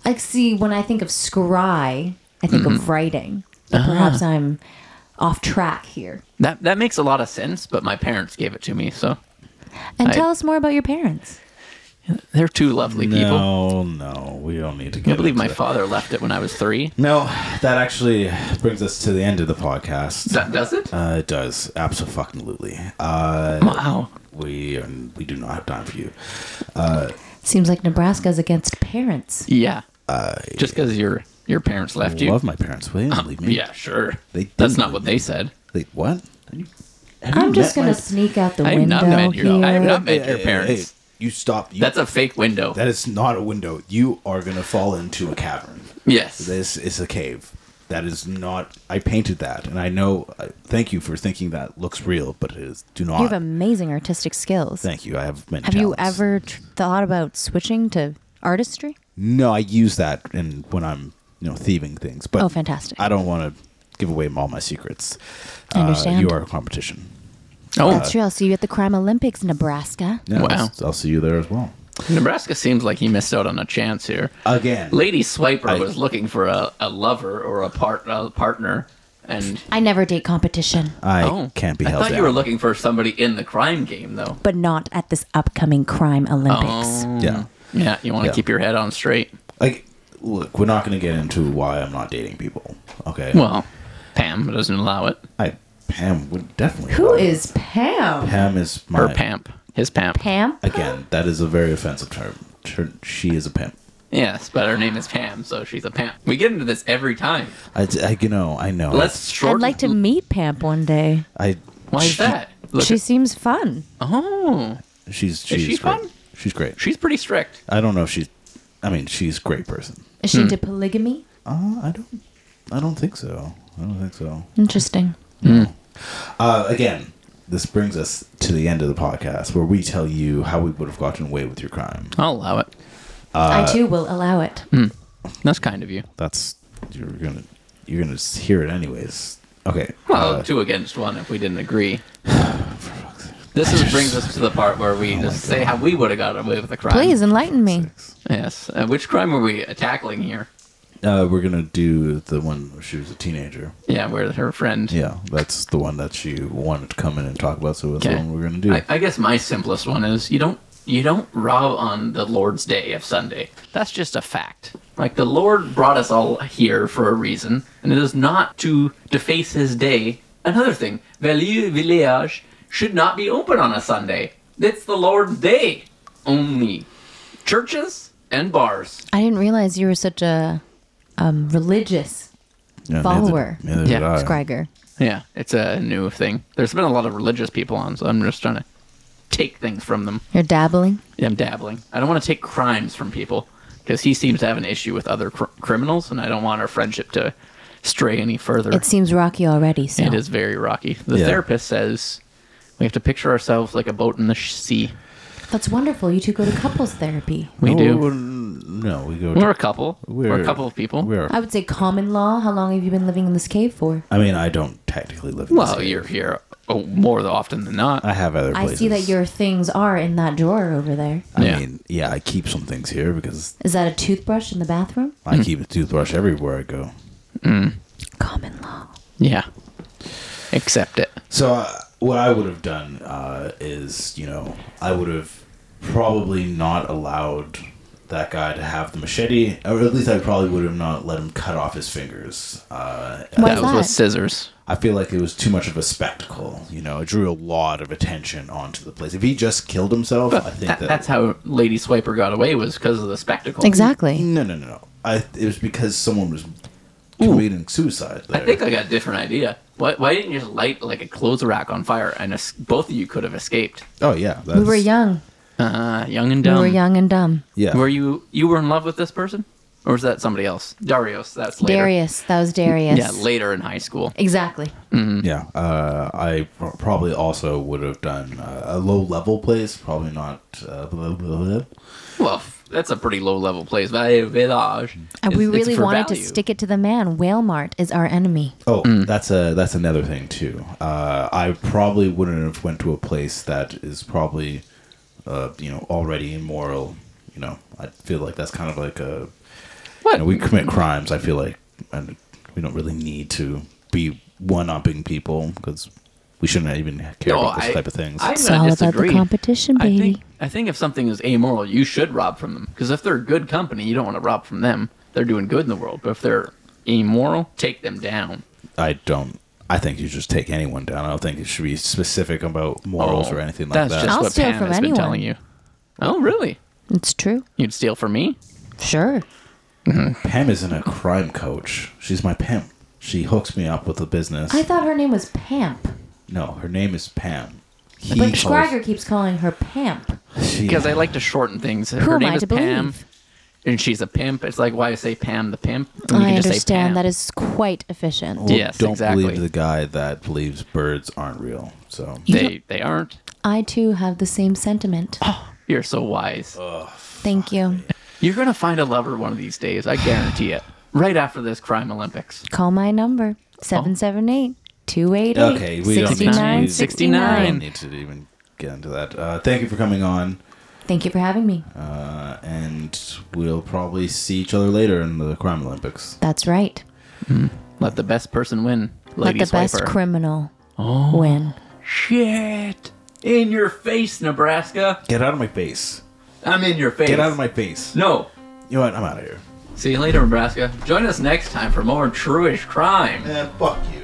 Speaker 3: I see when I think of scry, I think of writing. Perhaps I'm off track here.
Speaker 2: That that makes a lot of sense, but my parents gave it to me, so
Speaker 3: And
Speaker 2: I-
Speaker 3: tell us more about your parents.
Speaker 2: they're two lovely people. I
Speaker 1: No, no, we don't need to get.
Speaker 2: can't believe
Speaker 1: into
Speaker 2: my
Speaker 1: that.
Speaker 2: father left it when I was three.
Speaker 1: No, that actually brings us to the end of the podcast.
Speaker 2: That does it?
Speaker 1: Uh, it does absolutely. Uh,
Speaker 2: wow.
Speaker 1: we um, we do not have time for you.
Speaker 3: Seems like Nebraska's against parents.
Speaker 2: Yeah. Just because your your parents left you. Uh,
Speaker 1: Love my parents. Will not leave me.
Speaker 2: Yeah, sure.
Speaker 1: They
Speaker 2: That's
Speaker 1: didn't
Speaker 2: not what
Speaker 1: leave
Speaker 2: they said.
Speaker 1: They, what? Have you- have you
Speaker 3: I'm just
Speaker 1: met
Speaker 3: gonna
Speaker 1: my-
Speaker 3: sneak out the
Speaker 2: I have
Speaker 3: window
Speaker 2: not met your-
Speaker 3: here.
Speaker 2: I have not met-
Speaker 1: Hey,
Speaker 2: your
Speaker 1: hey,
Speaker 2: parents.
Speaker 1: hey, you stop. You,
Speaker 2: That's a fake window.
Speaker 1: that is not a window. You are gonna fall into a cavern.
Speaker 2: yes.
Speaker 1: This is a cave. That is not. I painted that, and I know. I, thank you for thinking that looks real, but it is. Do not.
Speaker 3: you have amazing artistic skills.
Speaker 1: thank you. I have many.
Speaker 3: Have you
Speaker 1: talents.
Speaker 3: ever tr- thought about switching to Artistry?
Speaker 1: No, I use that in when I'm you know thieving things, but
Speaker 3: Oh, fantastic.
Speaker 1: I don't want to give away all my secrets.
Speaker 3: I understand.
Speaker 1: Uh, you are a competition.
Speaker 2: Oh,
Speaker 3: That's true. I'll see you at the Crime Olympics, Nebraska.
Speaker 1: Yeah,
Speaker 2: Wow.
Speaker 1: I'll, I'll see you there as well.
Speaker 2: Nebraska seems like he missed out on a chance here.
Speaker 1: Again,
Speaker 2: Lady Swiper
Speaker 1: I-
Speaker 2: was looking for a, a lover or a, part, a partner, and
Speaker 3: I never date competition,
Speaker 1: I
Speaker 2: oh,
Speaker 1: can't be
Speaker 2: I
Speaker 1: held
Speaker 2: thought
Speaker 1: down.
Speaker 2: you were looking for somebody in the crime game, though.
Speaker 3: but not at this upcoming Crime Olympics.
Speaker 1: yeah.
Speaker 2: Yeah, you want to
Speaker 1: Yeah.
Speaker 2: keep your head on straight.
Speaker 1: Like, look, we're not going to get into why I'm not dating people. Okay.
Speaker 2: Well, Pam doesn't allow it.
Speaker 1: I Pam would definitely.
Speaker 4: Who is Pam?
Speaker 1: Pam? Is my
Speaker 2: Her pamp, his pamp.
Speaker 3: Pam?
Speaker 1: again? That is a very offensive term. Tur- She is a pimp.
Speaker 2: Yes, but her name is Pam, so she's a pamp. We get into this every time.
Speaker 1: I, I you know I know.
Speaker 2: Let's shorten.
Speaker 3: I'd like to meet Pam one day.
Speaker 1: I.
Speaker 2: Why is
Speaker 1: she-
Speaker 2: that? Look,
Speaker 3: she seems fun.
Speaker 2: oh,
Speaker 1: She's she's
Speaker 2: Is she
Speaker 1: great.
Speaker 2: fun?
Speaker 1: She's great.
Speaker 2: she's pretty strict.
Speaker 1: I don't know if she's. I mean, she's a great person.
Speaker 3: Is
Speaker 2: Hmm.
Speaker 3: she into polygamy?
Speaker 1: Uh, I don't. I don't think so. I don't think so.
Speaker 3: Interesting.
Speaker 1: Uh, again, this brings us to the end of the podcast where we tell you how we would have gotten away with your crime.
Speaker 2: I'll allow it. Uh,
Speaker 3: I too will allow it.
Speaker 2: That's kind of you.
Speaker 1: That's you're gonna you're gonna s- hear it anyways. Okay.
Speaker 2: Well,
Speaker 1: uh,
Speaker 2: two against one if we didn't agree. This is, brings us to the part where we just say how we would have got away with the crime.
Speaker 3: Please enlighten me.
Speaker 2: Yes. Uh, which crime were we uh, tackling here?
Speaker 1: uh, we're gonna do the one where she was a teenager.
Speaker 2: Yeah, where her friend.
Speaker 1: Yeah, that's the one that she wanted to come in and talk about. So that's the
Speaker 2: Okay.
Speaker 1: one we're gonna do.
Speaker 2: I, I guess my simplest one is you don't you don't rob on the Lord's day of Sunday. That's just a fact. Like the Lord brought us all here for a reason, and it is not to deface His day. Another thing, Value Village should not be open on a Sunday. It's the Lord's day only. Churches and bars.
Speaker 3: I didn't realize you were such a um, religious
Speaker 1: Yeah, neither-
Speaker 3: follower.
Speaker 1: neither
Speaker 2: Oh, Yeah,
Speaker 1: did I.
Speaker 3: Scriger.
Speaker 2: Yeah, it's a new thing. There's been a lot of religious people on, so I'm just trying to take things from them.
Speaker 3: You're dabbling.
Speaker 2: I'm dabbling. I don't want to take crimes from people because he seems to have an issue with other cr- criminals, and I don't want our friendship to stray any further.
Speaker 3: It seems rocky already. So
Speaker 2: It is very rocky. The
Speaker 1: Yeah.
Speaker 2: therapist says we have to picture ourselves like a boat in the sh- sea.
Speaker 3: that's wonderful. You two go to couples therapy.
Speaker 2: We
Speaker 1: No,
Speaker 2: do.
Speaker 1: we're- No, we go.
Speaker 2: We're
Speaker 1: To,
Speaker 2: a couple. We're, a couple of people.
Speaker 1: We're.
Speaker 3: I would say common law. How long have you been living in this cave for?
Speaker 1: I mean, I don't technically live. In this
Speaker 2: well,
Speaker 1: area.
Speaker 2: you're here oh, more often than not.
Speaker 1: I have other
Speaker 3: I
Speaker 1: places.
Speaker 3: see that your things are in that drawer over there.
Speaker 1: I
Speaker 2: Yeah.
Speaker 1: mean, yeah, I keep some things here because
Speaker 3: Is that a toothbrush in the bathroom?
Speaker 2: Hmm.
Speaker 1: I keep a toothbrush everywhere I go.
Speaker 3: Common law.
Speaker 2: yeah. Accept it.
Speaker 1: So uh, what I would have done uh, is, you know, I would have probably not allowed that guy to have the machete, or at least I probably would have not let him cut off his fingers. Uh,
Speaker 3: Why
Speaker 2: that was with
Speaker 3: is that?
Speaker 2: scissors.
Speaker 1: I feel like it was too much of a spectacle. You know, it drew a lot of attention onto the place. If he just killed himself, I think
Speaker 2: That,
Speaker 1: that
Speaker 2: that's how Lady Swiper got away was because of the spectacle.
Speaker 3: Exactly.
Speaker 1: No, no, no, no. I, it was because someone was committing suicide. There.
Speaker 2: I think I got a different idea. Why, why didn't you just light like a clothes rack on fire and es- both of you could have escaped?
Speaker 1: oh yeah, that's,
Speaker 3: We were young.
Speaker 2: Uh, young and
Speaker 3: We
Speaker 2: dumb.
Speaker 3: were young and dumb.
Speaker 1: Yeah,
Speaker 2: Were you you were in love with this person, or was that somebody else? Darius. That's later.
Speaker 3: Darius. That was Darius.
Speaker 2: Yeah, later in high school.
Speaker 3: Exactly.
Speaker 1: Yeah, uh, I pro- probably also would have done uh, a low level place. Probably not. Uh, blah, blah, blah.
Speaker 2: Well, f- that's a pretty low level place. Value Village.
Speaker 3: And
Speaker 2: is-
Speaker 3: Uh, we
Speaker 2: it's
Speaker 3: really
Speaker 2: for
Speaker 3: wanted
Speaker 2: value.
Speaker 3: to stick it to the man. Whale Mart is our enemy.
Speaker 1: Oh,
Speaker 2: Mm.
Speaker 1: that's a that's another thing too. Uh, I probably wouldn't have went to a place that is probably, uh, you know, already immoral. You know, I feel like that's kind of like a.
Speaker 2: What?
Speaker 1: You know, we commit crimes. I feel like, and we don't really need to be one upping people because we shouldn't even care
Speaker 2: No,
Speaker 1: about this
Speaker 2: I-
Speaker 1: type of things.
Speaker 2: I'm
Speaker 3: It's
Speaker 2: gonna
Speaker 3: all about
Speaker 2: disagree.
Speaker 3: the competition,
Speaker 2: I
Speaker 3: baby.
Speaker 2: think I think if something is amoral, you should rob from them because if they're good company, you don't want to rob from them. They're doing good in the world, but if they're immoral, take them down.
Speaker 1: I don't. I think you just take anyone down. I don't think it should be specific about morals
Speaker 2: Oh,
Speaker 1: or anything like
Speaker 2: that's
Speaker 1: that.
Speaker 2: just
Speaker 3: I'll
Speaker 2: what
Speaker 3: steal
Speaker 2: Pam
Speaker 3: from
Speaker 2: has
Speaker 3: anyone.
Speaker 2: been telling you. Oh, really?
Speaker 3: It's true.
Speaker 2: You'd steal from me?
Speaker 3: Sure.
Speaker 1: Pam isn't a crime coach. She's my pimp. She hooks me up with a business.
Speaker 3: I thought her name was Pamp.
Speaker 1: no, her name is Pam. He
Speaker 3: But
Speaker 1: calls-
Speaker 3: Schwager keeps calling her Pamp.
Speaker 1: she-
Speaker 2: Because I like to shorten things. Her
Speaker 3: Who am
Speaker 2: name
Speaker 3: I
Speaker 2: is
Speaker 3: to
Speaker 2: Pam,
Speaker 3: believe?
Speaker 2: and she's a pimp. It's like why say Pam the pimp? And
Speaker 3: I
Speaker 2: say Pam. Oh.
Speaker 3: understand. That is quite efficient.
Speaker 1: Well,
Speaker 2: yes,
Speaker 1: don't
Speaker 2: exactly.
Speaker 1: believe the guy that believes birds aren't real. So
Speaker 2: They they aren't. Oh,
Speaker 3: I too have the same sentiment.
Speaker 2: You're so wise.
Speaker 3: Thank you.
Speaker 2: You're going to find a lover one of these days. I guarantee it. Right after this crime Olympics.
Speaker 3: Call my number 778 288
Speaker 1: Okay, we don't need to. use-
Speaker 2: 69.
Speaker 1: We don't need to even get into that. Uh, thank you for coming on,
Speaker 3: Thank you for having me.
Speaker 1: uh, and we'll probably see each other later in the Crime Olympics.
Speaker 3: That's right.
Speaker 2: Let the best person win. Lady
Speaker 3: Let the
Speaker 2: Swiper.
Speaker 3: best criminal
Speaker 2: Oh.
Speaker 3: win.
Speaker 2: Shit. In your face, Nebraska.
Speaker 1: Get out of my face!
Speaker 2: I'm in your face.
Speaker 1: Get out of my face!
Speaker 2: No.
Speaker 1: You know what? I'm out of here.
Speaker 2: See you later, Nebraska. Join us next time for more truish crime.
Speaker 1: And Eh, fuck you.